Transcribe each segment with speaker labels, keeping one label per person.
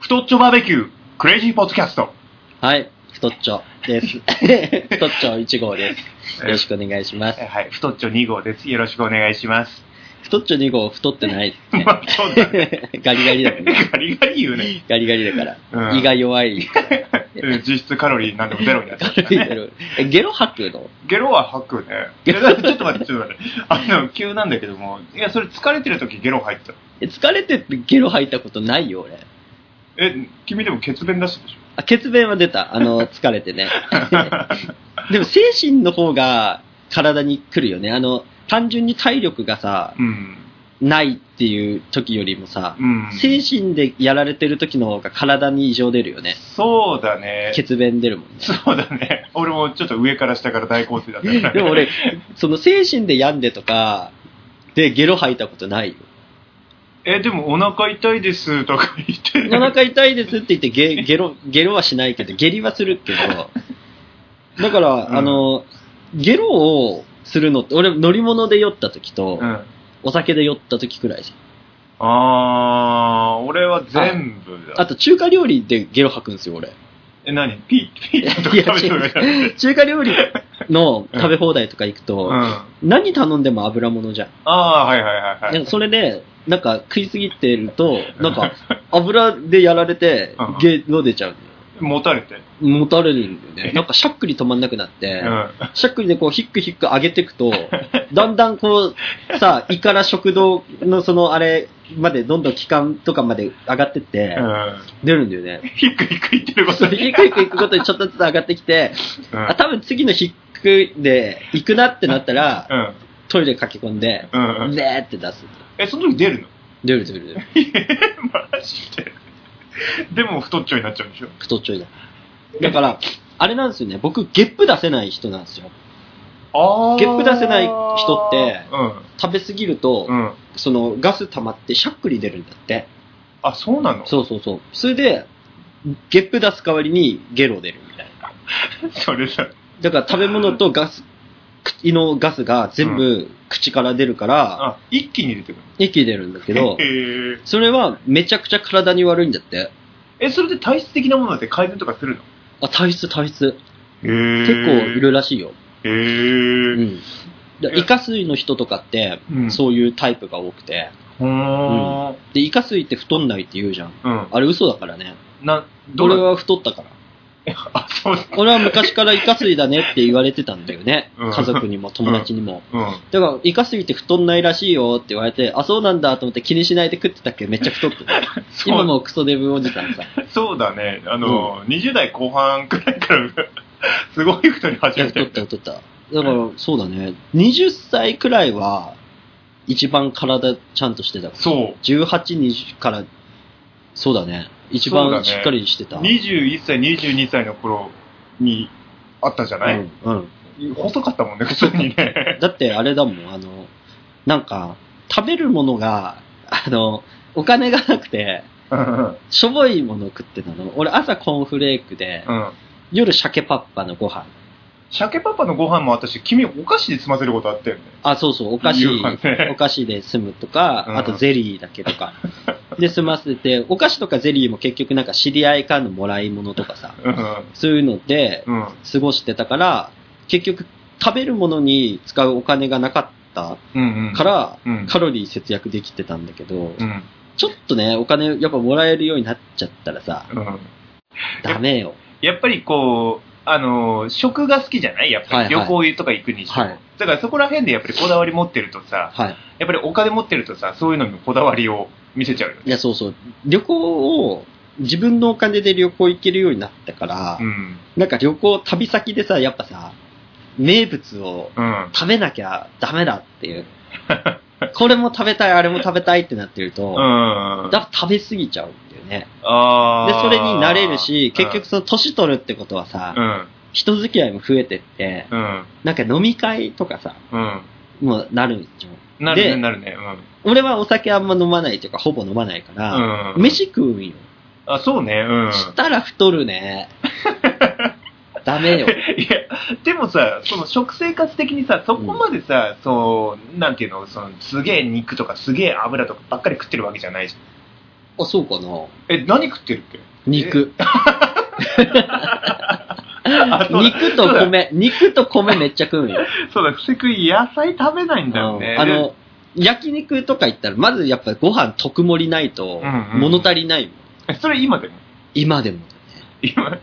Speaker 1: 太っちょバーベキュー、クレイジーポッドキャスト。
Speaker 2: はい、太っちょです。太っちょ1号です。よろしくお願いします
Speaker 1: え。はい、太っちょ2号です。よろしくお願いします。
Speaker 2: 太っちょ2号太ってない です ね。
Speaker 1: まあ、そうだね。
Speaker 2: ガリガリだからね。
Speaker 1: ガリガリ言うね。
Speaker 2: ガリガリだから。
Speaker 1: うん
Speaker 2: 胃が弱い。
Speaker 1: うん実質カロリーなんでもゼロになっちゃ
Speaker 2: ガ
Speaker 1: った、
Speaker 2: リガ
Speaker 1: ね。
Speaker 2: リえゲロ吐くの
Speaker 1: ゲロは吐くね。いやだってちょっと待って、ちょっと待って。あの、急なんだけども、いや、それ疲れてる時ゲロ入ってた。
Speaker 2: え疲れてゲロ吐いたことないよ、俺。
Speaker 1: え、君でも血便出したでしょ
Speaker 2: あ、血便は出た。あの、疲れ てね。でも精神の方が体に来るよね。あの、単純に体力がさ、
Speaker 1: うん。
Speaker 2: ないっていう時よりもさ、
Speaker 1: うん。
Speaker 2: 精神でやられてる時の方が体に異常出るよね。
Speaker 1: そうだね。
Speaker 2: 血便出るもんね。
Speaker 1: そうだね。俺もちょっと上から下から大洪水だったから、ね。
Speaker 2: でも俺、その精神で病んでとか、で、ゲロ吐いたことないよ。
Speaker 1: え、でもお腹痛いですとか言って
Speaker 2: お腹痛いですって言ってゲゲロ、ゲロはしないけど、下痢はするけど、だから、
Speaker 1: うん
Speaker 2: あの、ゲロをするのって、俺乗り物で酔った時と、
Speaker 1: うん。
Speaker 2: お酒で酔った時くらいさ。
Speaker 1: あー、俺は全部だ。
Speaker 2: あと中華料理でゲロ吐くんですよ、俺。
Speaker 1: え、何ピー、ピーとか食べてる
Speaker 2: いや違う中華料理の
Speaker 1: うん
Speaker 2: 食べ放題とか行く
Speaker 1: う
Speaker 2: と、
Speaker 1: ん。あ
Speaker 2: 何頼んでも油物じゃん。
Speaker 1: あー、はいはいはい
Speaker 2: な
Speaker 1: は
Speaker 2: ん
Speaker 1: い。
Speaker 2: かそれで、なんか食いすぎてる と、なんか油でやられて
Speaker 1: うん、
Speaker 2: ゲロ出ちゃうのよ。
Speaker 1: 持たれて。
Speaker 2: もたれるんだよね。なんかしゃっくり止まんなくなって
Speaker 1: う、ん。
Speaker 2: しゃっくりでこうヒックヒック上げてい くと、だんだんこう、さ、胃から食道のそのあれまで、どんどん気管とかまで上がってって、
Speaker 1: うん。
Speaker 2: 出るんだよね。
Speaker 1: ヒクヒク言ってるこ
Speaker 2: そ
Speaker 1: と
Speaker 2: う
Speaker 1: に。
Speaker 2: ヒックヒック行くことにちょっとずつ上がってきて、
Speaker 1: うん
Speaker 2: あ、多分次のヒックで行くなってなったら、
Speaker 1: うん。
Speaker 2: トイレ駆け込んで、
Speaker 1: うんうん。
Speaker 2: ぜーって出す。
Speaker 1: え、その時出るの
Speaker 2: 出る出る出る。
Speaker 1: マジで。でも太っちょになっちゃうんでしょ
Speaker 2: 太っちょいだ。だから、あれなんですよね。僕、ゲップ出せない人なんですよ。
Speaker 1: あー
Speaker 2: ゲップ出せない人って、食べ過ぎると、
Speaker 1: うん。うん。
Speaker 2: そのガス溜まってしゃっくり出るんだって。
Speaker 1: あ、そうなの
Speaker 2: そうそうそう。それで、ゲップ出す代わりにゲロ出るみたいな。
Speaker 1: それさ。
Speaker 2: だから食べ物とガス、胃のガスが全部口から出るから、
Speaker 1: あ、一気に出てくる
Speaker 2: 一気に出るんだけど
Speaker 1: の。、へー
Speaker 2: それはめちゃくちゃ体に悪いんだって。
Speaker 1: え、それで体質的なものって改善とかするの
Speaker 2: あ、体質体質。
Speaker 1: へー
Speaker 2: 結構いるらしいよ。
Speaker 1: へ
Speaker 2: う
Speaker 1: ー
Speaker 2: ん。だイカ水の人とかって、
Speaker 1: うん。
Speaker 2: そういうタイプが多くて。
Speaker 1: う。ん。
Speaker 2: で、イカ水って太んないって言うじゃん。
Speaker 1: うん。
Speaker 2: あれ嘘だからね。
Speaker 1: な、ど
Speaker 2: 俺
Speaker 1: れは、
Speaker 2: は太ったから。
Speaker 1: あ、そうだ。
Speaker 2: 俺は昔からイカ水だねって言われてたんだよね。
Speaker 1: うん
Speaker 2: 家族 にも友達にも。
Speaker 1: うん。
Speaker 2: だから、イカ水って太んないらしいよって言われて、あ、そうなんだと思って気にしないで食ってたっけどめっちゃ太っ てた。今
Speaker 1: そう
Speaker 2: もうクソデブおじさ んさ。
Speaker 1: そうだね。あの、20代後半くらいから、 すごい太り
Speaker 2: い
Speaker 1: 始
Speaker 2: や、
Speaker 1: めた
Speaker 2: 太
Speaker 1: よ
Speaker 2: った太った。だから、そうだね。20歳くらいは、一番体ちゃんとしてたから。
Speaker 1: そう。
Speaker 2: 18、20から、そうだね。一
Speaker 1: そうだ
Speaker 2: 番
Speaker 1: ね
Speaker 2: しっかりしてた。
Speaker 1: 21歳、22歳の頃にあったじゃない、
Speaker 2: うん、うん。
Speaker 1: 細かったもんね、普通にね。
Speaker 2: だってあれだもん、あの、なんか、食べるものが、あの、お金がなくて、
Speaker 1: うん。
Speaker 2: しょぼいものを食ってたの。俺朝コーンフレークで、
Speaker 1: うん
Speaker 2: 夜鮭パッパのご飯。
Speaker 1: 鮭パパのご飯もあったし、君お菓子で済ませることあったよね。
Speaker 2: あ、そうそう、お菓子
Speaker 1: 夕、飯ね
Speaker 2: お菓子で済むとか、
Speaker 1: うん
Speaker 2: あとゼリーだけとか。で済ませて、お菓子とかゼリーも結局なんか知り合いからのもらい物とかさ、
Speaker 1: うん。
Speaker 2: そういうので
Speaker 1: うん。
Speaker 2: 過ごしてたから、結局食べるものに使うお金がなかった
Speaker 1: うんうん。
Speaker 2: から、
Speaker 1: うん。
Speaker 2: カロリー節約できてたんだけど、
Speaker 1: うん。
Speaker 2: ちょっとね、お金やっぱもらえるようになっちゃったら さ、
Speaker 1: うん。
Speaker 2: ダメよ。
Speaker 1: やっぱりこう、あのー食が好きじゃないやっぱり
Speaker 2: はいは
Speaker 1: 旅
Speaker 2: い
Speaker 1: 行とか行くにしても、
Speaker 2: はい
Speaker 1: だからそこら辺でやっぱりこだわり持ってるとさ、
Speaker 2: はい。
Speaker 1: やっぱりお金持ってるとさ、そういうのにもこだわりを見せちゃうよね。
Speaker 2: いや、そうそう。旅行を、自分のお金で旅行行けるようになったから、
Speaker 1: うん。
Speaker 2: なんか旅行、旅先でさ、やっぱさ、名物を
Speaker 1: うん。
Speaker 2: 食べなきゃダメだって いう。これも食べたい、あれも食べたいってなってると、
Speaker 1: うん。
Speaker 2: だ食べ過ぎちゃうんだよね。
Speaker 1: あ
Speaker 2: で、
Speaker 1: ー
Speaker 2: それに慣れるし、結局、その年取るってことはさ、
Speaker 1: うん。
Speaker 2: 人付き合いも増えてって、
Speaker 1: うん。
Speaker 2: なんか飲み会とかさ、
Speaker 1: うん。
Speaker 2: もうなるんじゃん。
Speaker 1: なるね、
Speaker 2: で
Speaker 1: なるね。
Speaker 2: 俺はお酒あんま飲まないというか、ほぼ飲まないから、
Speaker 1: うん。うん。
Speaker 2: 飯食うんよ。
Speaker 1: あ、そうね、うん。
Speaker 2: したら太る ね。ダメ
Speaker 1: い
Speaker 2: よ。
Speaker 1: や、でもさ、その食生活的にさ、そこまでさ、そう、なんていうの、その、すげえ肉とかすげえ油とかばっかり食ってるわけじゃないじゃん
Speaker 2: あ、そうかな。
Speaker 1: え、何食ってるっけ
Speaker 2: 肉。
Speaker 1: あそうだ
Speaker 2: 肉と米、肉と米めっちゃ食うんよ。
Speaker 1: そうだ、布施君野菜食べないんだよね。
Speaker 2: あの、焼肉とか行ったら、まずやっぱご飯特盛りないと
Speaker 1: うん、うん
Speaker 2: 物足りないもん。
Speaker 1: で、それ今でも。
Speaker 2: 今でも。
Speaker 1: 今、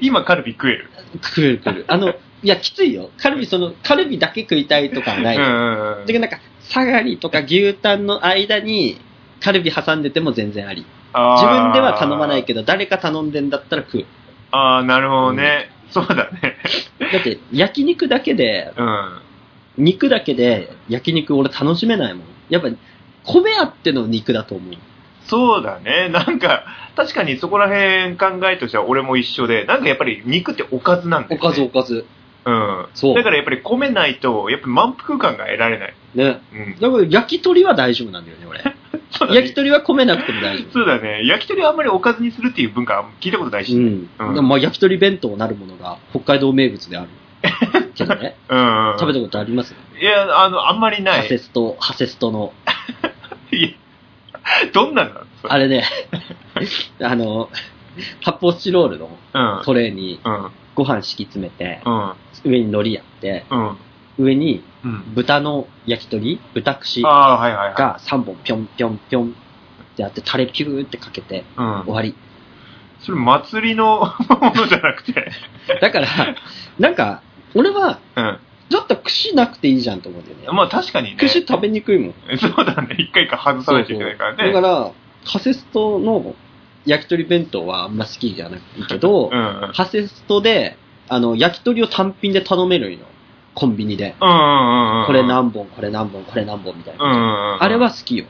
Speaker 1: 今カルビ食える。
Speaker 2: 食える食える。あの、いや、きついよ。カルビ、その、カルビだけ食いたいとかはな
Speaker 1: うん
Speaker 2: い。
Speaker 1: うんうん
Speaker 2: だけどなんか、サガリとか牛タンの間に、カルビ挟んでても全然あり。自分では頼まない
Speaker 1: ど。
Speaker 2: けど、誰か頼んでんだったら食う。
Speaker 1: あーあー、なるほどね。そうだね。
Speaker 2: だって、焼肉だけで、
Speaker 1: うん。
Speaker 2: 肉だけで焼肉俺楽しめないもん。やっぱ、米あっての肉だと思う。
Speaker 1: そうだね。なんか、確かにそこら辺考えとしては俺も一緒で、なんかやっぱり肉っておかずなんだ
Speaker 2: お
Speaker 1: よ、ね。
Speaker 2: かずおかず。
Speaker 1: うん。
Speaker 2: そう
Speaker 1: だ。からやっぱり米ないと、やっぱり満腹感が得られない。
Speaker 2: ね。
Speaker 1: うん。
Speaker 2: だから焼き鳥は大丈夫なんだよね、俺。
Speaker 1: そうだ
Speaker 2: 焼き
Speaker 1: ね。
Speaker 2: 鳥は米なくても大丈夫。
Speaker 1: そうだね。焼き鳥あんまりおかずにするっていう文化聞いたことないし。
Speaker 2: う
Speaker 1: うん。
Speaker 2: ん。まあ、焼き鳥弁当なるものが北海道名物である。けどね。
Speaker 1: うん、
Speaker 2: 食べたことあります
Speaker 1: いや、あの、あんまりな
Speaker 2: ハ
Speaker 1: い。
Speaker 2: セスト、ハセストの。
Speaker 1: いやどんなんなのそれ
Speaker 2: あ れね、あの、発泡スチロールの
Speaker 1: うん。
Speaker 2: トレーに
Speaker 1: うん。
Speaker 2: ご飯敷き詰めて、
Speaker 1: うん。
Speaker 2: 上に海苔やって、
Speaker 1: うん。
Speaker 2: 上に
Speaker 1: うん。
Speaker 2: 豚の焼き鳥、豚串
Speaker 1: あ
Speaker 2: が
Speaker 1: あ、はいはいは
Speaker 2: 3本ぴょんぴょんぴょんってあって、タレピューってかけて
Speaker 1: い。う
Speaker 2: 終
Speaker 1: ん。
Speaker 2: わり。
Speaker 1: それ祭りの ものじゃなくて。
Speaker 2: だから、なんか、俺は、
Speaker 1: うん。
Speaker 2: だったら串なくていいじゃんと思うんだよね。
Speaker 1: まあ確かにね。
Speaker 2: 串食べにくいもん。
Speaker 1: そうだね。一回一回外さないといけないから
Speaker 2: だか
Speaker 1: ね。
Speaker 2: ら、ハセストの焼き鳥弁当はあんま好きじゃないけど、
Speaker 1: うんうん。
Speaker 2: ハセストで、あの、焼き鳥を単品で頼めるんよ。コンビニで。
Speaker 1: うんうんうんうん。
Speaker 2: これ何本、これ何本、これ何本みたい
Speaker 1: うんう
Speaker 2: な。
Speaker 1: んうん。
Speaker 2: あれは好きよ。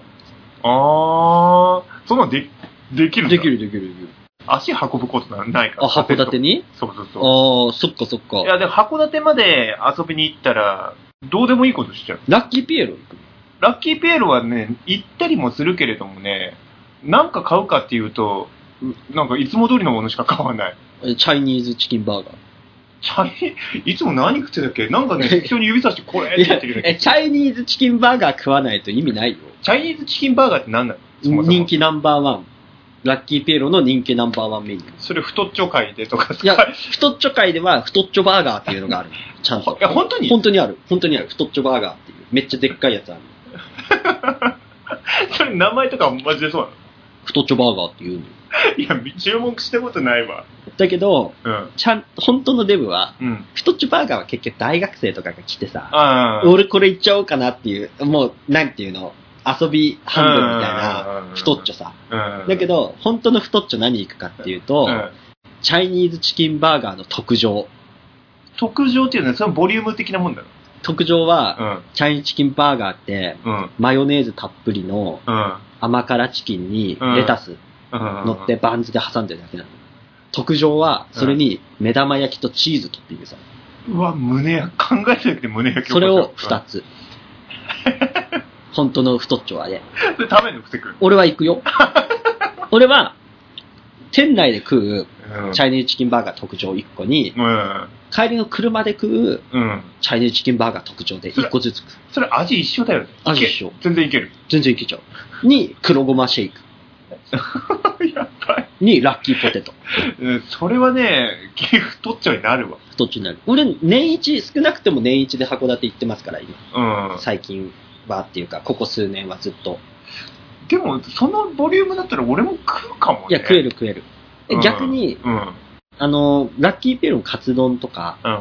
Speaker 1: ああ、そんなんで、できるんだ
Speaker 2: でき。るできるできる。
Speaker 1: 足運ぶことなないから。
Speaker 2: あ、函館に
Speaker 1: そうそう
Speaker 2: ああ
Speaker 1: そ
Speaker 2: ー、そっかそっ
Speaker 1: う。い
Speaker 2: か。
Speaker 1: や、でも函館まで遊びに行ったら、どうでもいいことしちゃう。
Speaker 2: ラッキーピエロ行く
Speaker 1: ラッキーピエロはね、行ったりもするけれどもね、なんか買うかっていうと、なんかいつも通りのものしか買わない。
Speaker 2: えチャイニーズチキンバーガー。
Speaker 1: チャイ、いつも何食ってたっけなんかね、適当に指さしてこれって言ってるよ
Speaker 2: え、
Speaker 1: ね。
Speaker 2: チャイニーズチキンバーガー食わないと意味ないよ。
Speaker 1: チャイニーズチキンバーガーって何なのそもそも
Speaker 2: 人気ナンバーワン。ラッキーピエロの人気ナンバーワンメニュー。
Speaker 1: それ太っちょ会でとかさ。
Speaker 2: いや、 太っちょ界では太っちょバーガーっていうの がある。ちゃんと。
Speaker 1: いや本当に
Speaker 2: 本当にある。本当にある。太っちょバーガーっていう。めっちゃでっかいやつある。
Speaker 1: それ名前とかマジでそうなの
Speaker 2: 太っちょバーガーっていうの。
Speaker 1: いや、注目したことないわ。
Speaker 2: だけど、
Speaker 1: うん。
Speaker 2: ちゃん、本当のデブは、
Speaker 1: うん。
Speaker 2: 太っちょバーガーは結局大学生とかが来てさ、
Speaker 1: ああ。
Speaker 2: 俺これいっちゃおうかなっていう、もう、なんていうの、遊び半分みたいな、
Speaker 1: な
Speaker 2: 太っち
Speaker 1: ょ。
Speaker 2: ょさ。
Speaker 1: うん。
Speaker 2: だけ
Speaker 1: ど、
Speaker 2: ど、本当の太っちょ何行くかっていうと、
Speaker 1: うん。
Speaker 2: チャイニーズチキンバーガーの特上。
Speaker 1: 特上っていうのは、そのボリューム的なもんだろ。
Speaker 2: 特上は、
Speaker 1: ん。
Speaker 2: チャイニーズチキンバーガーって、
Speaker 1: うん。
Speaker 2: マヨネーズたっぷりの
Speaker 1: うん。
Speaker 2: 甘辛チキンに
Speaker 1: うん
Speaker 2: レタス
Speaker 1: うん。
Speaker 2: 乗ってバンズで挟んでるだけなの。特上は、それに目玉焼きとチーズトッピングさ。
Speaker 1: うわ、胸や、考えてなくて胸焼き
Speaker 2: それを2つ。本当の太っちょはね。
Speaker 1: つ。で、食べるの、くせくん。
Speaker 2: 俺は行 くよ。俺は、店内で食う
Speaker 1: うん。
Speaker 2: チャイニーズチキンバーガー特上1個に、
Speaker 1: うん。
Speaker 2: 帰りの車で食
Speaker 1: う
Speaker 2: う
Speaker 1: ん。
Speaker 2: チャイニーズチキンバーガー特上で1個ずつ食う。
Speaker 1: それ味一緒だよね。
Speaker 2: 味
Speaker 1: いけ
Speaker 2: 一緒。
Speaker 1: 全然いける。
Speaker 2: 全然いけちゃう。に、黒ごまシェイク。
Speaker 1: やばい。
Speaker 2: に、ラッキーポテト。
Speaker 1: うんそれはね、結局取っちゃうになるわ。
Speaker 2: どっちになる俺、年一、少なくても年一で函館行ってますから、今。
Speaker 1: うん。
Speaker 2: 最近はっていうか、ここ数年はずっと。
Speaker 1: でも、そのボリュームだったら俺も食うかもね。
Speaker 2: いや、食える食える。え
Speaker 1: うん
Speaker 2: 逆に、
Speaker 1: うん。
Speaker 2: あの、ラッキーピエロのカツ丼とか、
Speaker 1: うん。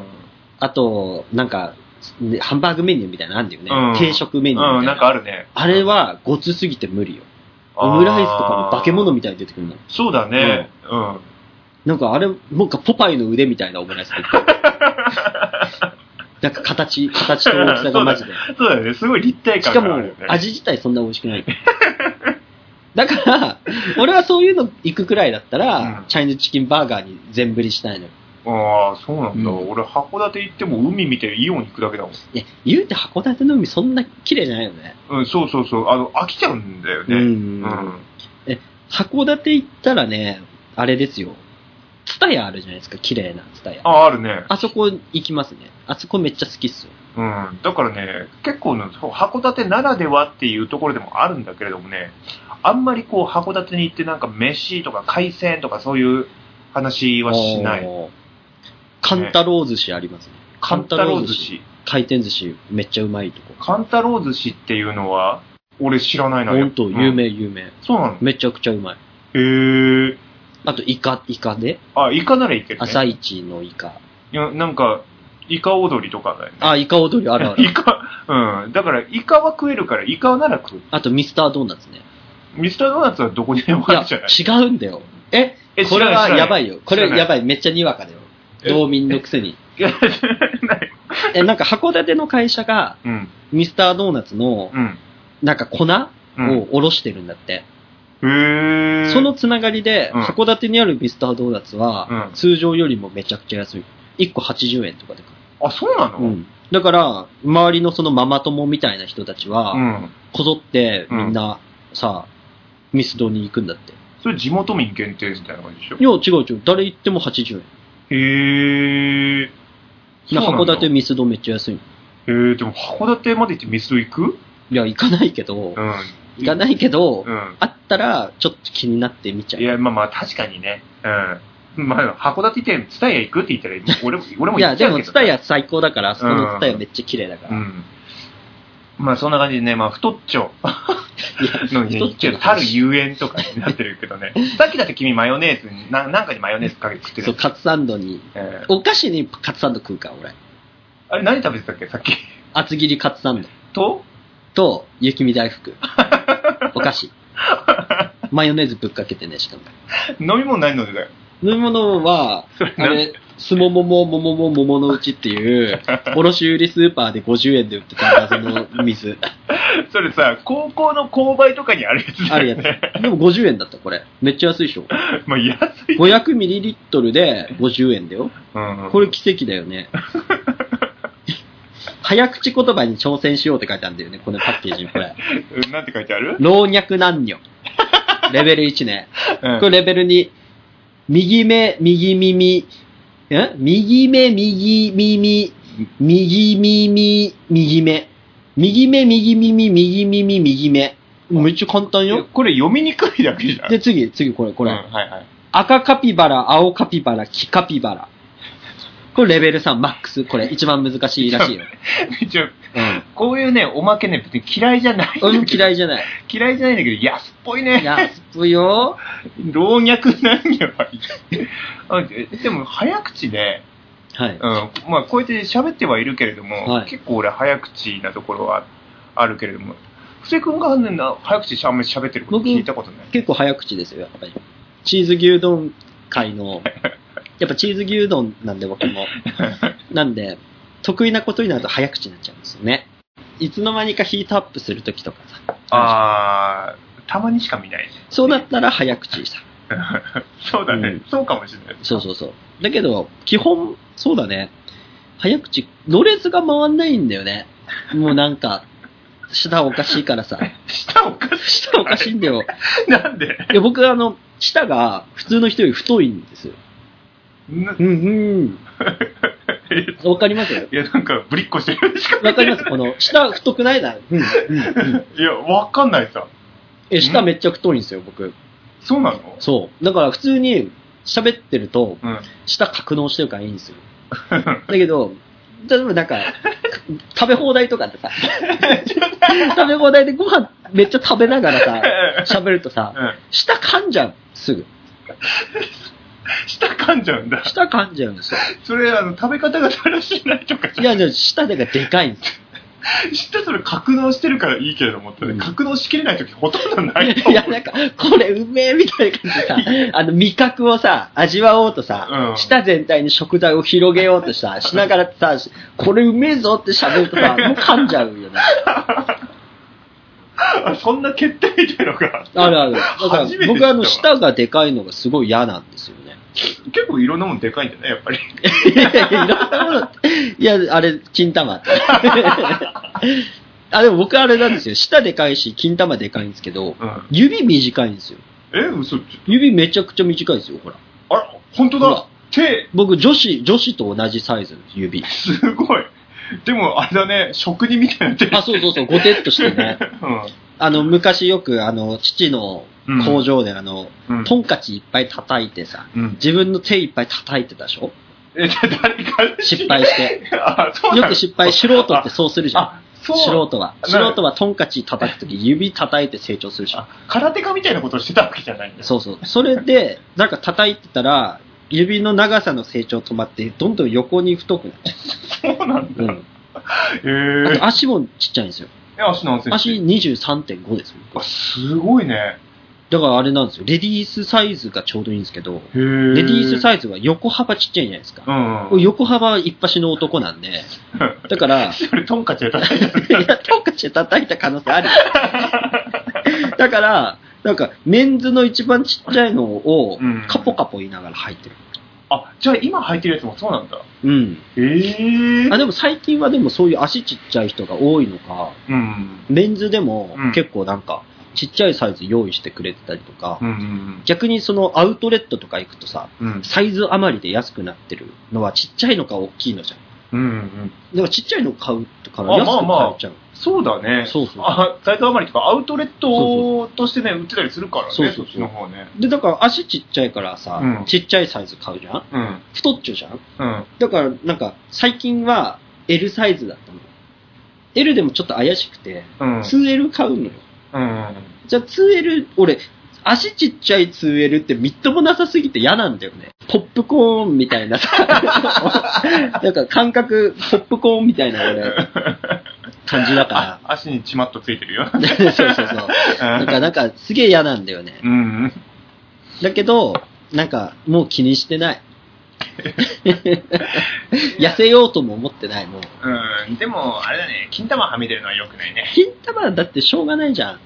Speaker 2: あと、なんか、ねハンバーグメニューみたいなのあるんだよ
Speaker 1: う
Speaker 2: ね。
Speaker 1: ん
Speaker 2: 定食メニュー
Speaker 1: う
Speaker 2: み
Speaker 1: ん、
Speaker 2: たいな。
Speaker 1: なんかあるね。
Speaker 2: あれは、ごつすぎて無理よ。
Speaker 1: あー、
Speaker 2: オムライスとかも化け物みたいに出てくるの。
Speaker 1: そうだね。うん。
Speaker 2: なんかあれ、なんかポパイの腕みたいなオムライス出て くるなんか形、形と大きさがマジで。
Speaker 1: そうだよね。すごい立体
Speaker 2: し
Speaker 1: 感
Speaker 2: か
Speaker 1: があ
Speaker 2: も
Speaker 1: るよね。、
Speaker 2: 味自体そんな美味しくない。だから、俺はそういうの行くくらいだったら、
Speaker 1: うん
Speaker 2: チャイニーズチキンバーガーに全振りしたいのよ。
Speaker 1: ああ、そうなんだ。
Speaker 2: うん
Speaker 1: 俺、函館行っても海見てイオン行くだけだもん。
Speaker 2: いや、言うて函館の海そんな綺麗じゃないよね。
Speaker 1: うん、そうそうそう。あの、飽きちゃうんだよ
Speaker 2: う。
Speaker 1: ね。うんん。
Speaker 2: 函館行ったらね、あれですよ。ツタヤあるじゃないですか、綺麗なツタヤ。
Speaker 1: あ、あるね。
Speaker 2: あそこ行きますね。あそこめっちゃ好きっすよ。
Speaker 1: うん。だからね、結構ね、そう函館ならではっていうところでもあるんだけれどもね、あんまりこう、函館に行ってなんか飯とか海鮮とかそういう話はしない。
Speaker 2: おー。カンタロウ寿司ありますね。
Speaker 1: カンタロウ寿司。
Speaker 2: 回転寿司めっちゃうまいとこ。
Speaker 1: カンタロウ寿司っていうのは、俺知らないな。
Speaker 2: ほんと、有
Speaker 1: うん
Speaker 2: 名有名。
Speaker 1: そうなの
Speaker 2: めちゃくちゃうまい。
Speaker 1: へえ。
Speaker 2: あと、イカ、イカで、
Speaker 1: あ、イカならいけるね。
Speaker 2: 朝一のイカ。
Speaker 1: いや、なんか、イカ踊りとかだよね。
Speaker 2: あ、イカ踊りあるあ る。
Speaker 1: イカ、うん。だから、イカは食えるから、イカなら食う。
Speaker 2: あと、ミスタードーナツね。
Speaker 1: ミスタードーナツはどこにでも
Speaker 2: い
Speaker 1: あ
Speaker 2: や
Speaker 1: るじゃない。
Speaker 2: 違うんだよ。え
Speaker 1: え
Speaker 2: これはやば
Speaker 1: い。
Speaker 2: いよ。こ
Speaker 1: 知
Speaker 2: れ
Speaker 1: らない
Speaker 2: やばい。めっちゃにわかだよ。
Speaker 1: え
Speaker 2: 道民のくせに。
Speaker 1: 知らないいや知らない
Speaker 2: え、なんか函館の会社が、
Speaker 1: うん。
Speaker 2: ミスタードーナツの、
Speaker 1: うん。
Speaker 2: なんか
Speaker 1: う
Speaker 2: 粉
Speaker 1: ん。
Speaker 2: をおろしてるんだって。
Speaker 1: へえ。
Speaker 2: そのつながりで、
Speaker 1: うん
Speaker 2: 函館にあるミスタードーナツは
Speaker 1: う、ん
Speaker 2: 通常よりもめちゃくちゃ安い。1個80円とかで買
Speaker 1: あ、そうなの
Speaker 2: う。うん。だから、周りのそのママ友みたいな人たち
Speaker 1: う
Speaker 2: は、
Speaker 1: ん。
Speaker 2: こぞって
Speaker 1: うん
Speaker 2: みんなさ、ミスドに行くんだって。
Speaker 1: それ地元民限定みたいな感じでしょ
Speaker 2: いや、違う違う。誰行っても80円。
Speaker 1: へえ。
Speaker 2: な
Speaker 1: そうなん
Speaker 2: 函
Speaker 1: だ
Speaker 2: 館ミスドめっちゃ安いの。
Speaker 1: えー、でも函館まで行ってミスド行く
Speaker 2: いや、行かないけど、
Speaker 1: うん。
Speaker 2: 行かないけど、
Speaker 1: うん。
Speaker 2: あったら、ちょっと気になって見ちゃう。
Speaker 1: いや、まあまあ確かにね。うん。まあ、函館店、ツタヤ行くって言ったら、 俺も、俺も
Speaker 2: い
Speaker 1: 行
Speaker 2: や、
Speaker 1: っち
Speaker 2: で
Speaker 1: ゃう
Speaker 2: も、
Speaker 1: けど。
Speaker 2: ツタ。ヤ最高だから、あそこのツタヤめっちゃ綺麗だか
Speaker 1: う
Speaker 2: ら。
Speaker 1: ん。まあそんな感じでね、まあ太っちょ
Speaker 2: いや
Speaker 1: のに、ちょっと春遊園とかになってるけ どね。さっきだって君マヨネーズに、ななんかにマヨネーズかけて食って
Speaker 2: そう、
Speaker 1: る。
Speaker 2: カツサンドに、
Speaker 1: えー
Speaker 2: お菓子にカツサンド食うから、俺。
Speaker 1: あれ何食べてたっけさっき。
Speaker 2: 厚切りカツサンド
Speaker 1: と
Speaker 2: と、雪見大 福。お菓子。マヨネーズぶっかけてね、しかも。
Speaker 1: 飲み物何飲んでたよ。
Speaker 2: 飲み物は、
Speaker 1: それ
Speaker 2: あれ、すもももももももものうちっていう、卸売スーパーで50円で売ってた謎の 水。
Speaker 1: なそれさ、高校の購買とかにあるやつ
Speaker 2: あ
Speaker 1: だ
Speaker 2: る
Speaker 1: よ
Speaker 2: や
Speaker 1: ね。
Speaker 2: つ。でも50円だった、これ。めっちゃ安い でしょ。
Speaker 1: まあ安い。
Speaker 2: 500ml で50円だよ。
Speaker 1: うん
Speaker 2: これ奇跡だよ ね。早口言葉に挑戦しようって書いてあるんだよね、このパッケージにこれ。
Speaker 1: うんなんて書いてある
Speaker 2: 老若男女。レベル1ね。
Speaker 1: うん
Speaker 2: これレベル2。右目、右耳、ん右目、右耳、右耳、右目。右目、右耳、右耳、右目。めっちゃ簡単よ。
Speaker 1: これ読みにくいだけじゃん。
Speaker 2: で、次、次、これ、これ。
Speaker 1: うんはいはい。
Speaker 2: 赤カピバラ、青カピバラ、黄カピバラ。これレベル3、マックス。これ一番難しいらしいよ。
Speaker 1: 一応、
Speaker 2: うん。
Speaker 1: こういうね、おまけね、別に嫌いじゃないんだけど。
Speaker 2: 俺も嫌いじゃない。
Speaker 1: 嫌いじゃないんだけど、安っぽいね。
Speaker 2: 安いよ。
Speaker 1: 老若男女はあでも、早口で、
Speaker 2: はい。
Speaker 1: うん、まあ、こうやって喋ってはいるけれども、
Speaker 2: はい
Speaker 1: 結構俺、早口なところはあるけれども、布施君があんな早口しあんまり喋ってること
Speaker 2: 僕
Speaker 1: 聞いたことない。
Speaker 2: 結構早口ですよ、やっぱり。チーズ牛丼界の、やっぱチーズ牛丼なんで僕も。なんで、得意なことになると早口になっちゃうんですよね。いつの間にかヒートアップするときとかさ。
Speaker 1: あー、たまにしか見ないね。
Speaker 2: そうなったら早口さ。
Speaker 1: そうだね、
Speaker 2: うん
Speaker 1: そうかもしれない。
Speaker 2: そうそうそう。だけど、基本、そうだね。早口、ロレスが回んないんだよね。もうなんか、舌おかしいから さ。
Speaker 1: 舌おかし
Speaker 2: 舌おかしいんだよ。
Speaker 1: い。なんで
Speaker 2: いや、僕、あの、舌が普通の人より太いんですよ。
Speaker 1: な
Speaker 2: うんうん。わかります
Speaker 1: いや、なんか、ぶりっこしてるしか
Speaker 2: わかりますこの、舌太くないだ。うんうんうん。
Speaker 1: いや、わかんないさ。
Speaker 2: え、舌めっちゃ太いんですよ、僕。
Speaker 1: そうなの
Speaker 2: そう。だから普通に喋ってると、
Speaker 1: うん。
Speaker 2: 舌格納してるからいいんですよ。だけど、例えばなんか、食べ放題とか ってさ、食べ放題でご飯めっちゃ食べながらさ、喋るとさ、舌噛んじゃう、すぐ。
Speaker 1: 舌噛んじゃうんだ。
Speaker 2: 舌噛んじゃうんですよ。
Speaker 1: それ、あの、食べ方が正しいないとかじ
Speaker 2: い
Speaker 1: ゃ
Speaker 2: や、じゃ舌がでかいんです
Speaker 1: 舌それ格納してるからいいけれどもってね、
Speaker 2: うん
Speaker 1: 格納しきれない時ほとんどないと思
Speaker 2: よ。いや、
Speaker 1: う。
Speaker 2: なんか、これうめえみたいな感 じでさ、あの、味覚をさ、味わおうとさ、
Speaker 1: うん
Speaker 2: 舌全体に食材を広げようと さ、しながらさ、これうめえぞって喋るとさ、もう噛んじゃうよね。
Speaker 1: あそんな欠点みたいのが、
Speaker 2: あるある。だから
Speaker 1: 初めて知ったわ
Speaker 2: 僕あの、舌がでかいのがすごい嫌なんですよね。
Speaker 1: 結構いろんなもんでかいんだね、やっぱり。
Speaker 2: いやいやいろんなものいや、あれ、金玉。 あ、でも僕あれなんですよ。舌でかいし、金玉でかいんですけど、
Speaker 1: うん。
Speaker 2: 指短いんですよ。
Speaker 1: え、嘘。ちょ
Speaker 2: 指めちゃくちゃ短いですよ、ほら。
Speaker 1: あら、本当
Speaker 2: ほら
Speaker 1: だ。手、
Speaker 2: 僕、女子、女子と同じサイズの 指。
Speaker 1: すごい。でも、あれだね、職人みたいな手。
Speaker 2: あ、そうそうそう、ごてっとしてね。
Speaker 1: う
Speaker 2: あの、昔よく、あの、父の
Speaker 1: うん
Speaker 2: 工場で、あの、
Speaker 1: うん
Speaker 2: トンカチいっぱい叩いてさ、
Speaker 1: うん。
Speaker 2: 自分の手いっぱい叩いてたでしょ
Speaker 1: え、じゃあ誰か
Speaker 2: 失敗して。
Speaker 1: あ、そうな
Speaker 2: よ
Speaker 1: の
Speaker 2: く失敗、素人ってそうするじゃん。
Speaker 1: あ、そう。
Speaker 2: 素人は。
Speaker 1: な
Speaker 2: 素人はトンカチ叩くとき、指叩いて成長するじゃん。
Speaker 1: あ、空手家みたいなことをしてたわけじゃないんだ。
Speaker 2: そうそう。それで、なんか叩いてたら、指の長さの成長止まって、どんどん横に太くなっちゃ
Speaker 1: そうなんだ。
Speaker 2: う。う
Speaker 1: へ
Speaker 2: ん。あ
Speaker 1: え
Speaker 2: と足もちっちゃいんですよ。
Speaker 1: え。足何センチ
Speaker 2: 足23.5ですよ。
Speaker 1: あすごいね。
Speaker 2: だからあれなんですよ。レディースサイズがちょうどいいんですけど、
Speaker 1: へえ。レ
Speaker 2: レディース
Speaker 1: イ
Speaker 2: サイズは横幅ちっちゃいじゃないですか
Speaker 1: う。ん。
Speaker 2: 横幅は一発の男な んで、だから、
Speaker 1: それ、トンカチで叩いて
Speaker 2: いや、トンカチで叩いた可能性あるよ。だから、なんか、メンズの一番ちっちゃいのを
Speaker 1: うん、
Speaker 2: カポカポ言いながら履いてる。
Speaker 1: あ、じゃあ今履いてるやつもそうなんだ。
Speaker 2: うん。
Speaker 1: へえ。
Speaker 2: あ、でも最近はでもそういう足ちっちゃい人が多いのか、
Speaker 1: うん。
Speaker 2: メンズでも
Speaker 1: うん
Speaker 2: 結構なんか、ちっちゃいサイズ用意してくれてたりとか、
Speaker 1: うん。
Speaker 2: 逆にそのアウトレットとか行くとさ、
Speaker 1: うん。
Speaker 2: サイズ余りで安くなってるのはちっちゃいのか大きいのじゃん。
Speaker 1: うん。うん。
Speaker 2: だからちっちゃいの買うから安く
Speaker 1: あまあまあ
Speaker 2: 買えちゃう。
Speaker 1: そうだね。
Speaker 2: そうそう。
Speaker 1: あ、在庫余りとか、アウトレットとしてね、売ってたりするからね、
Speaker 2: そうそ
Speaker 1: そうっ
Speaker 2: そう
Speaker 1: ちの方ね。
Speaker 2: で、だから足ちっちゃいからさ、
Speaker 1: うん
Speaker 2: ちっちゃいサイズ買うじゃん
Speaker 1: うん。
Speaker 2: 太っちょじゃん
Speaker 1: うん。
Speaker 2: だからなんか最近は L サイズだったの。L でもちょっと怪しくて、
Speaker 1: うん。
Speaker 2: 2L 買うのよ。
Speaker 1: うん。
Speaker 2: じゃあ 2L、俺、足ちっちゃい 2L ってみっともなさすぎて嫌なんだよね。ポップコーンみたいなさ、なんか感覚、ポップコーンみたいな俺、感じだか
Speaker 1: あ、足にちまっとついてる よ。
Speaker 2: ら。そうそうそう。なんか、なんか、すげえ嫌なんだよね。
Speaker 1: うん。
Speaker 2: だけど、なんか、もう気にしてない。痩せようとも思ってない、もう。
Speaker 1: うん。でも、あれだね、金玉はみ出るのは良くないね。
Speaker 2: 金玉だってしょうがないじゃん。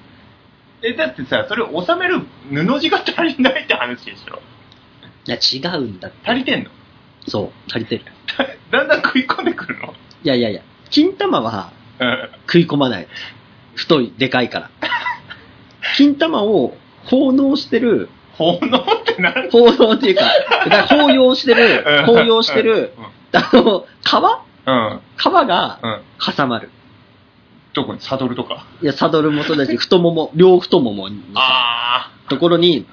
Speaker 1: え、だってさ、それ収める布地が足りないって話でしょ。
Speaker 2: いや、違うんだって。
Speaker 1: 足りてんの
Speaker 2: そう、足りてる。
Speaker 1: だんだん食い込んでくるの
Speaker 2: いやいやいや、金玉は
Speaker 1: うん。
Speaker 2: 食い込まない。太い、でかいから。金玉を奉納してる、
Speaker 1: 奉納って何
Speaker 2: 奉納っていうか、だから抱擁してる
Speaker 1: うん、
Speaker 2: 抱擁してる、あの、皮
Speaker 1: うん。
Speaker 2: 皮が
Speaker 1: うん。
Speaker 2: 挟まる。
Speaker 1: どこにサドルとか。
Speaker 2: いや、サドルもそうだし、太もも、両太もものさ
Speaker 1: あ
Speaker 2: ところに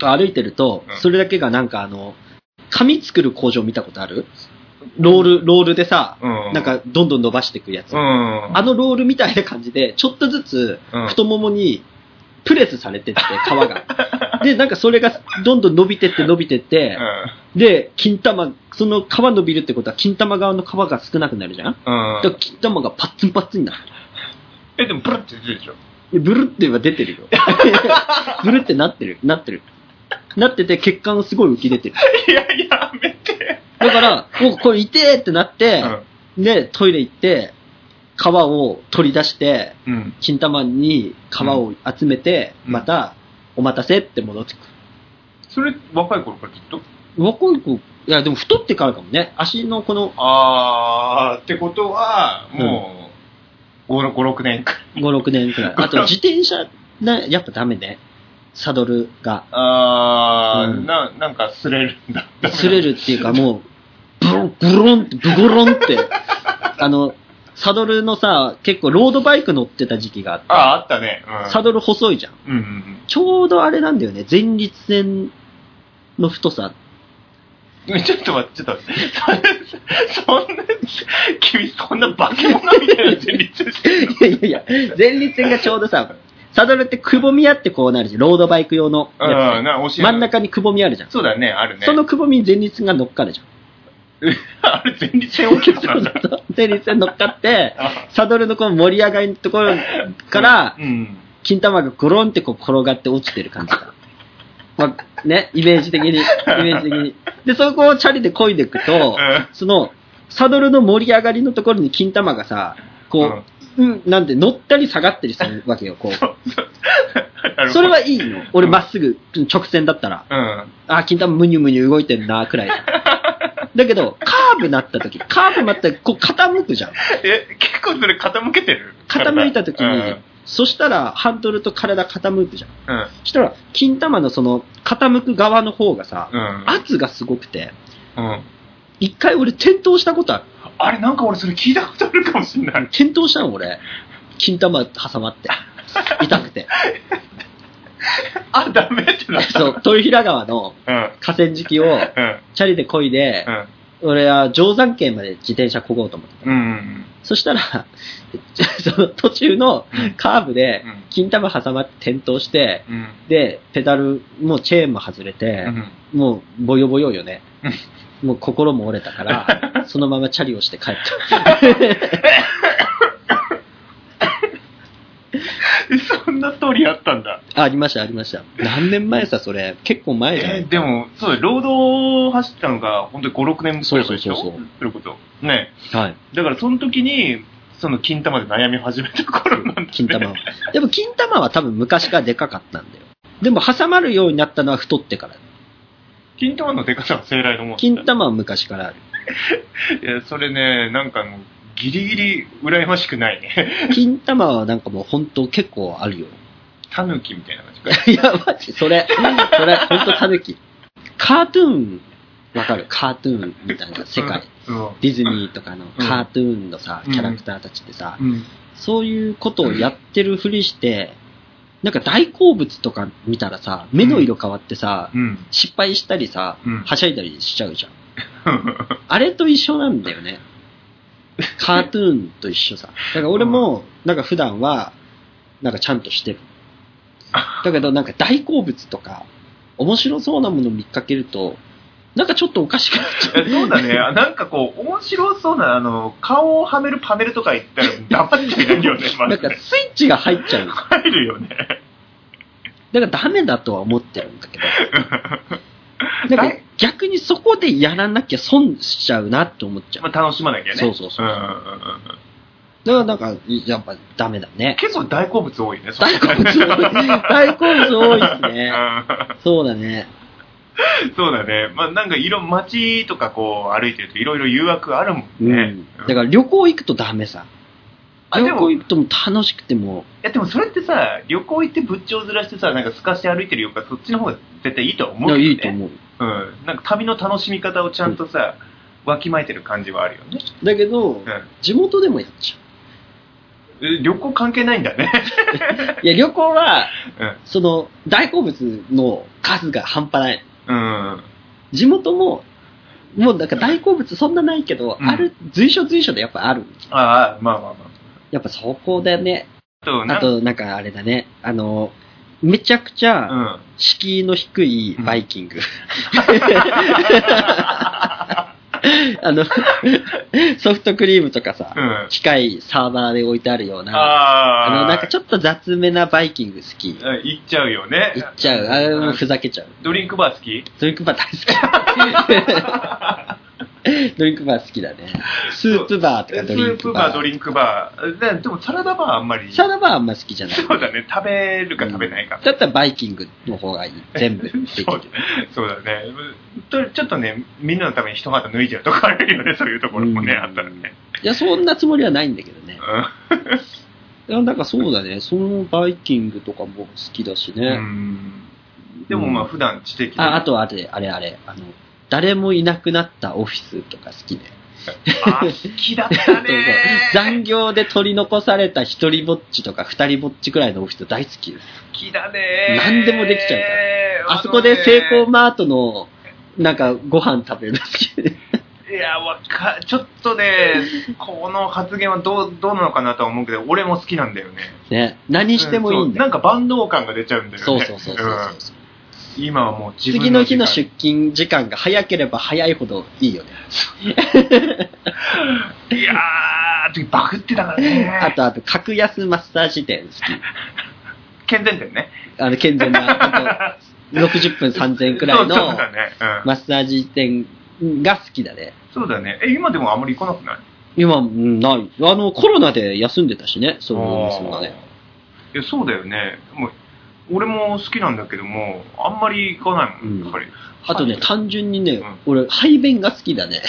Speaker 2: 歩いてると
Speaker 1: うん、
Speaker 2: それだけがなんかあの、紙作る工場見たことあるロール、ロールでさ、
Speaker 1: あ。うん。
Speaker 2: なん、かどんどん伸ばしていくやつ。
Speaker 1: うん。
Speaker 2: あのロールみたいな感じで、ちょっとずつ
Speaker 1: うん
Speaker 2: 太ももにプレスされてって、皮 が。で、なんかそれがどんどん伸びてって伸びてって、で、金玉、その皮伸びるってことは金玉側の皮が少なくなるじゃんだか
Speaker 1: うん。う
Speaker 2: ら
Speaker 1: ん。
Speaker 2: 金玉がパッツンパッツンになる。
Speaker 1: え、でも、プルって出てるでしょ。
Speaker 2: でブルっては出て るよ。ブルってなってる、なってる。なってて血管がすごい浮き出てる。
Speaker 1: いや、やめて。
Speaker 2: だから、おこれ痛えってなって
Speaker 1: う、ん。
Speaker 2: で、トイレ行って、皮を取り出して、
Speaker 1: うん。
Speaker 2: 金玉に皮を集めて、
Speaker 1: うん
Speaker 2: また、お待たせって戻ってく
Speaker 1: それ、若い頃からずっと
Speaker 2: る。若い子、いや、でも太ってからかもね。足のこの
Speaker 1: あー、ってことは、もう、5、6年か。
Speaker 2: 5、6年 くらい。あと、自転車、な、やっぱダメね。サドルが。
Speaker 1: あー、
Speaker 2: うん
Speaker 1: な、なんか、擦れるんだ。
Speaker 2: 擦れるっていうか、もう、ブロン、ブロンって、ブゴロン って。あの、サドルのさ、結構ロードバイク乗ってた時期があって、
Speaker 1: あー、あったね。うん。
Speaker 2: サドル細いじゃん。
Speaker 1: うんうん
Speaker 2: ちょうどあれなんだよね、前立腺の太さ。
Speaker 1: うん。ちょっと待って、ちょっと待って。 そんな、君、そんな化け物みたいな前立腺してる
Speaker 2: いやいやいや、前立腺がちょうどさ、サドルってくぼみあってこうなるじゃん、ロードバイク用の
Speaker 1: うん、
Speaker 2: や
Speaker 1: な、教
Speaker 2: つ。
Speaker 1: え
Speaker 2: 真ん。中にくぼみあるじゃん。
Speaker 1: そうだね、あるね。
Speaker 2: そのくぼみに前立腺が乗っか るじゃん。
Speaker 1: あれ、前立腺大きくな った。
Speaker 2: 前立腺乗っかって、サドルのこの盛り上がりのところから、
Speaker 1: うん。
Speaker 2: 金玉がゴロンってこう転がって落ちてる感じだ。まあ、ね、イメージ的に、イメージ的に。で、そこをチャリで漕いでいくと、その、サドルの盛り上がりのところに金玉がさ、こう、うん、なんで乗ったり下がったりするわけよ、 こう。それ
Speaker 1: は、
Speaker 2: はいいの。俺まっすぐ、直線だったら、
Speaker 1: うん。
Speaker 2: あー、金玉ムニュムニュ動いてるな、くらい。だけど、カーブなった時、カーブなった時、こう傾くじゃん。
Speaker 1: え、結構それ傾けてる
Speaker 2: 傾いた時に、
Speaker 1: うん。
Speaker 2: そしたらハンドルと体傾くじゃん。
Speaker 1: うん。
Speaker 2: そしたら、金玉のその、傾く側の方がさ、
Speaker 1: うん。
Speaker 2: 圧がすごくて、
Speaker 1: うん。
Speaker 2: 一回俺転倒したことある。
Speaker 1: あれ、なんか俺それ聞いたことあるかもしんない。
Speaker 2: 転倒したの俺。金玉挟まって。痛くて。
Speaker 1: あ、ダメってなった。
Speaker 2: そう、豊平川の
Speaker 1: うん。
Speaker 2: 河川敷を
Speaker 1: うん。
Speaker 2: チャリで漕いで
Speaker 1: う、ん。
Speaker 2: 俺は定山県まで自転車漕ごうと思って。
Speaker 1: うん。
Speaker 2: そしたら、 その途中の
Speaker 1: うん
Speaker 2: カーブで
Speaker 1: うん、
Speaker 2: 金玉挟まって転倒して、
Speaker 1: うん。
Speaker 2: で、ペダル、もうチェーンも外れて
Speaker 1: う、ん。
Speaker 2: もうボヨボヨよね。もう心も折れた から、そのままチャリをして帰った。
Speaker 1: そんなストーリーあったんだ。
Speaker 2: あ、ありました、ありました。何年前さ、それ。結構前じゃな
Speaker 1: え
Speaker 2: い
Speaker 1: ーでも、そうだよ、ロードを走ったのが、本当に5、6年くらい前でしょ
Speaker 2: そうそうそうそう
Speaker 1: それこそ。ね。
Speaker 2: はい。
Speaker 1: だから、その時に、その、金玉で悩み始めた頃なんだ、ね。
Speaker 2: 金玉は。でも金玉は多分昔からでかかったんだよ。でも挟まるようになったのは太ってから。
Speaker 1: 金玉のデカさは生来のもんだ
Speaker 2: 金玉は昔からある。
Speaker 1: いや、それね、なんかもう、ギリギリ羨ましくない ね。
Speaker 2: 金玉はなんかもう本当結構あるよ。
Speaker 1: タヌキみたいな感じか。
Speaker 2: いや、マジ、それ、それ、本当タヌキ。カートゥーン、わかるカートゥーンみたいな世界。
Speaker 1: うん。
Speaker 2: ディズニーとかのカートゥーンのさ、
Speaker 1: うん
Speaker 2: キャラクターたちってさ、
Speaker 1: うん。
Speaker 2: そういうことをやってるふりして、なんか大好物とか見たらさ、目の色変わってさ、
Speaker 1: うん。
Speaker 2: 失敗したりさ、
Speaker 1: うん。
Speaker 2: はしゃいだりしちゃうじゃん。あれと一緒なんだよね。カートゥーンと一緒さ。だから俺も、なんか普段は、なんかちゃんとしてる。だけどなんか大好物とか、面白そうなもの見かけると、なんかちょっとおかしくなっちゃ
Speaker 1: えそうだね。あなんかこう、面白そうな、あの、顔をはめるパネルとか行ったら、黙っているよね、
Speaker 2: う。
Speaker 1: ま
Speaker 2: な
Speaker 1: ず
Speaker 2: んか
Speaker 1: ね。
Speaker 2: スイッチが入っちゃう。だか
Speaker 1: 入るよね。
Speaker 2: らダメだとは思ってるんだ けど。なんか逆にそこでやらなきゃ損しちゃうなって思っちゃう。
Speaker 1: まあ、楽しまなきゃね。
Speaker 2: そうそうそう
Speaker 1: うんうんうんうん
Speaker 2: だからなんか、やっぱダメだね。
Speaker 1: 結構大好物多いね、そ
Speaker 2: 大好物多い。 大好物多いですね。
Speaker 1: う
Speaker 2: そうだね。
Speaker 1: んそうだね。まあ、なんか色、街とかこう歩いてるといろいろ誘惑あるもんね。
Speaker 2: う
Speaker 1: うん
Speaker 2: ん。だから旅行行くとダメさ。
Speaker 1: あで
Speaker 2: 旅
Speaker 1: も
Speaker 2: 行行くともう楽しくても
Speaker 1: いやでもそれってさ、旅行行って仏頂ずらしてさ、なんか透かして歩いてるよりか、そっちの方が絶対いいとは
Speaker 2: う、
Speaker 1: 思うけど、ね。
Speaker 2: いやいいと思う。
Speaker 1: うん。なんか旅の楽しみ方をちゃんとさ、わきまえてる感じはあるよね。
Speaker 2: だけど、
Speaker 1: ん
Speaker 2: 地元でもやっち
Speaker 1: え旅行関係ないんだね。
Speaker 2: ゃう。いや、旅行は、
Speaker 1: うん
Speaker 2: その、大好物の数が半端ない。
Speaker 1: うん。
Speaker 2: 地元も、もうなんか大好物そんなないけど、
Speaker 1: うん
Speaker 2: ある、随所随所でやっぱある。
Speaker 1: ああ、まあまあまあ。
Speaker 2: やっぱそこだね。
Speaker 1: あと、な
Speaker 2: あ
Speaker 1: んか、
Speaker 2: と、なんかあれだね。あの、めちゃくちゃ、
Speaker 1: うん。
Speaker 2: 敷居の低いバイ キング。あの、ソフトクリームとかさ
Speaker 1: う、ん。
Speaker 2: 機械サーバーで置いてあるような、
Speaker 1: あ
Speaker 2: あ
Speaker 1: あ。
Speaker 2: の、なんかちょっと雑めなバイキング好き。行
Speaker 1: うん行っちゃうよね。
Speaker 2: っちゃう。あれもふざけちゃう。
Speaker 1: ドリンクバー好き
Speaker 2: ドリンクバ ー大好き。ドリンクバー好きだね。スープバーと
Speaker 1: ス
Speaker 2: かドリン
Speaker 1: ー
Speaker 2: ク
Speaker 1: プ
Speaker 2: バ
Speaker 1: バ
Speaker 2: ー。
Speaker 1: ー、ドリンクバー。ででもサラダバーあんまり。
Speaker 2: サラダバーはあんま好きじゃない。
Speaker 1: そうだね。食べるか食べないか。
Speaker 2: だったらバイキングの方がいい。全部できる。
Speaker 1: そうそうだね。とちょっとね、みんなのために一肌脱いじゃうとかあるよね、そういうところもね、
Speaker 2: うん
Speaker 1: あったらね。
Speaker 2: いや、そんなつもりはないんだけどね
Speaker 1: う。ん
Speaker 2: いやなんかそうだね、そのバイキングとかも好きだし
Speaker 1: う
Speaker 2: ね。
Speaker 1: んでもまあ普段知的
Speaker 2: ああとあれ、あれあれ、あの、誰もいなくなったオフィスとか好きで。。
Speaker 1: あ好きだったね
Speaker 2: 残業で取り残された一人ぼっちとか二人ぼっちくらいのオフィス大好きです。
Speaker 1: 好きだね。
Speaker 2: 何でもできちゃうか
Speaker 1: のね
Speaker 2: あそこでセイコーマートの、なんかご飯食べるの好きで。
Speaker 1: いや、わか、ちょっとね、この発言はどう、どうなのかなとは思うけど、俺も好きなんだよね。
Speaker 2: ね、何してもいいん
Speaker 1: そう
Speaker 2: だ
Speaker 1: なんか万能感が出ちゃうんだよね。
Speaker 2: そうそうそうそう
Speaker 1: うん
Speaker 2: そう。
Speaker 1: 今はもう自
Speaker 2: 次
Speaker 1: 分
Speaker 2: の日の
Speaker 1: 時間
Speaker 2: 出勤時間が早ければ早いほどいいよね。
Speaker 1: いやー、時バグってたからね。
Speaker 2: あとあと、格安マッサージ店好き。
Speaker 1: 健全点ね。
Speaker 2: あの、健全な、 ほんと60分3000円くらいの
Speaker 1: そうそうだね。うん
Speaker 2: マッサージ店が好きだね。
Speaker 1: そうだね。え、今でもあんまり行かなくない
Speaker 2: 今、うんない。あの、コロナで休んでたしね、そういうお店がね。
Speaker 1: あーいや、そうだよね。もう俺も好きなんだけども、あんまり行かないも
Speaker 2: うん
Speaker 1: ん、やっぱり。
Speaker 2: あとね、
Speaker 1: はい
Speaker 2: 単純にね、
Speaker 1: うん
Speaker 2: 俺、排便が好きだね。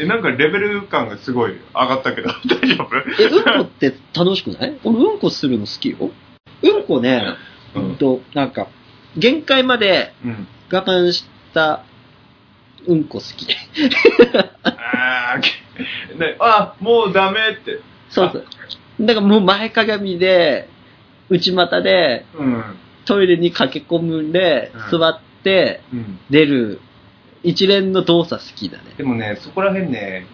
Speaker 1: えなんかレベル感がすごい上がったけど、 大丈夫
Speaker 2: え、うんこって楽しく ない俺、うんこするの好きよ。うんこね、
Speaker 1: う
Speaker 2: うん
Speaker 1: ん。
Speaker 2: と、なんか、限界まで
Speaker 1: うん。
Speaker 2: 我慢した、うんこ好き。
Speaker 1: あー、けねあ、もうダメって。
Speaker 2: そうそう。だからもう前かがみで、内股で、
Speaker 1: うん。
Speaker 2: トイレに駆け込むんで
Speaker 1: うん、
Speaker 2: 座って、
Speaker 1: うん。
Speaker 2: 出る、一連の動作好きだね。
Speaker 1: でもね、そこら辺ね、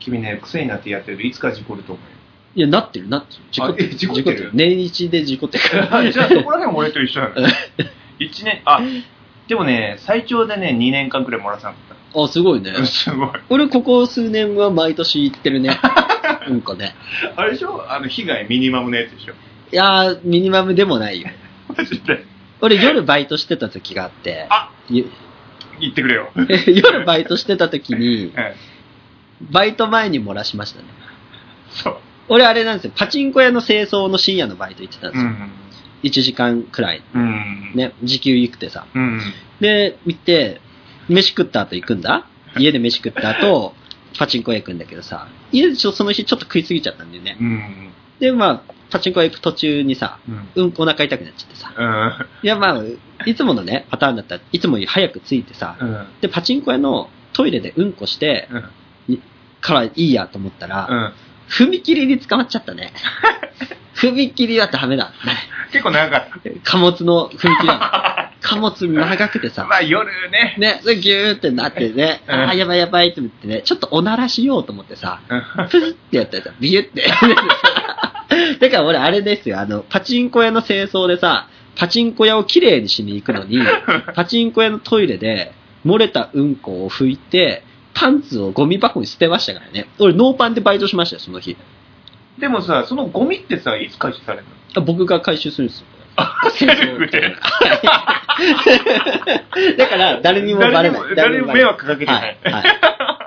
Speaker 1: 君ね、癖になってやってるといつか事故ると思うよ。
Speaker 2: いや、なってる、なってる。事故って
Speaker 1: あ
Speaker 2: る。
Speaker 1: え事故ってる
Speaker 2: 年一で事故ってる から。
Speaker 1: あじゃあそこら辺俺と一 緒なの。1年、あ、でもね、最長でね、2年間くらい漏らさなかっ
Speaker 2: あ、すごいね。
Speaker 1: た。すごい。
Speaker 2: 俺、ここ数年は毎年行って るね。うんこね。
Speaker 1: あれでしょあの、被害ミニマムのやつでしょ
Speaker 2: いやー、ミニマムでもないよ。
Speaker 1: マジで。
Speaker 2: 俺、夜バイトしてた時があって、
Speaker 1: あ
Speaker 2: ゆ
Speaker 1: 言ってくれよ。
Speaker 2: 夜バイトしてた時に、
Speaker 1: はい
Speaker 2: バイト前に漏らしましたね。
Speaker 1: そう。
Speaker 2: 俺、あれなんですよ。パチンコ屋の清掃の深夜のバイト行ってたんで
Speaker 1: う
Speaker 2: すよ。
Speaker 1: ん。
Speaker 2: 1時間くらい。
Speaker 1: うん。。
Speaker 2: ね、時給いくてさ。
Speaker 1: うん。
Speaker 2: で、行って、飯食った後行くんだ家で飯食った後、パチンコ屋行くんだけどさ、家でちょその日ちょっと食いすぎちゃったんだよね。
Speaker 1: うん。
Speaker 2: で、まあ、パチンコ屋行く途中にさ、
Speaker 1: うん。
Speaker 2: うん、お腹痛くなっちゃってさ。
Speaker 1: うん。
Speaker 2: いや、まあ、いつものね、パターンだったら、いつもより早く着いてさ、
Speaker 1: うん。
Speaker 2: で、パチンコ屋のトイレでうんこして、
Speaker 1: うん
Speaker 2: からいいやと思った
Speaker 1: う
Speaker 2: ら、
Speaker 1: ん。
Speaker 2: 踏切に捕まっちゃった ね。踏切はダメだ。
Speaker 1: 結構長かっ
Speaker 2: 貨物の踏切なの。貨物長くて
Speaker 1: た。
Speaker 2: さ
Speaker 1: ま、あ夜ね。
Speaker 2: ね、それギューってなってね、
Speaker 1: うん
Speaker 2: あーやばいやばいって思ってね、ちょっとおならしようと思ってさ、
Speaker 1: うん
Speaker 2: プスってやったらさ、ビュって。 だから俺あれですよ、あの、パチンコ屋の清掃でさ、パチンコ屋をきれいにしに行く のに、パチンコ屋のトイレで漏れたうんこを拭いて、パンツをゴミ箱に捨てましたからね。俺ノーパンでバイトしましたよ、その日。
Speaker 1: でもさ、そのゴミってさ、いつ回収される の
Speaker 2: あ僕が回収する んですよ。
Speaker 1: セルフで
Speaker 2: はいだから、誰にもバレない。
Speaker 1: 誰にも迷惑かけて
Speaker 2: は
Speaker 1: ない
Speaker 2: い。はい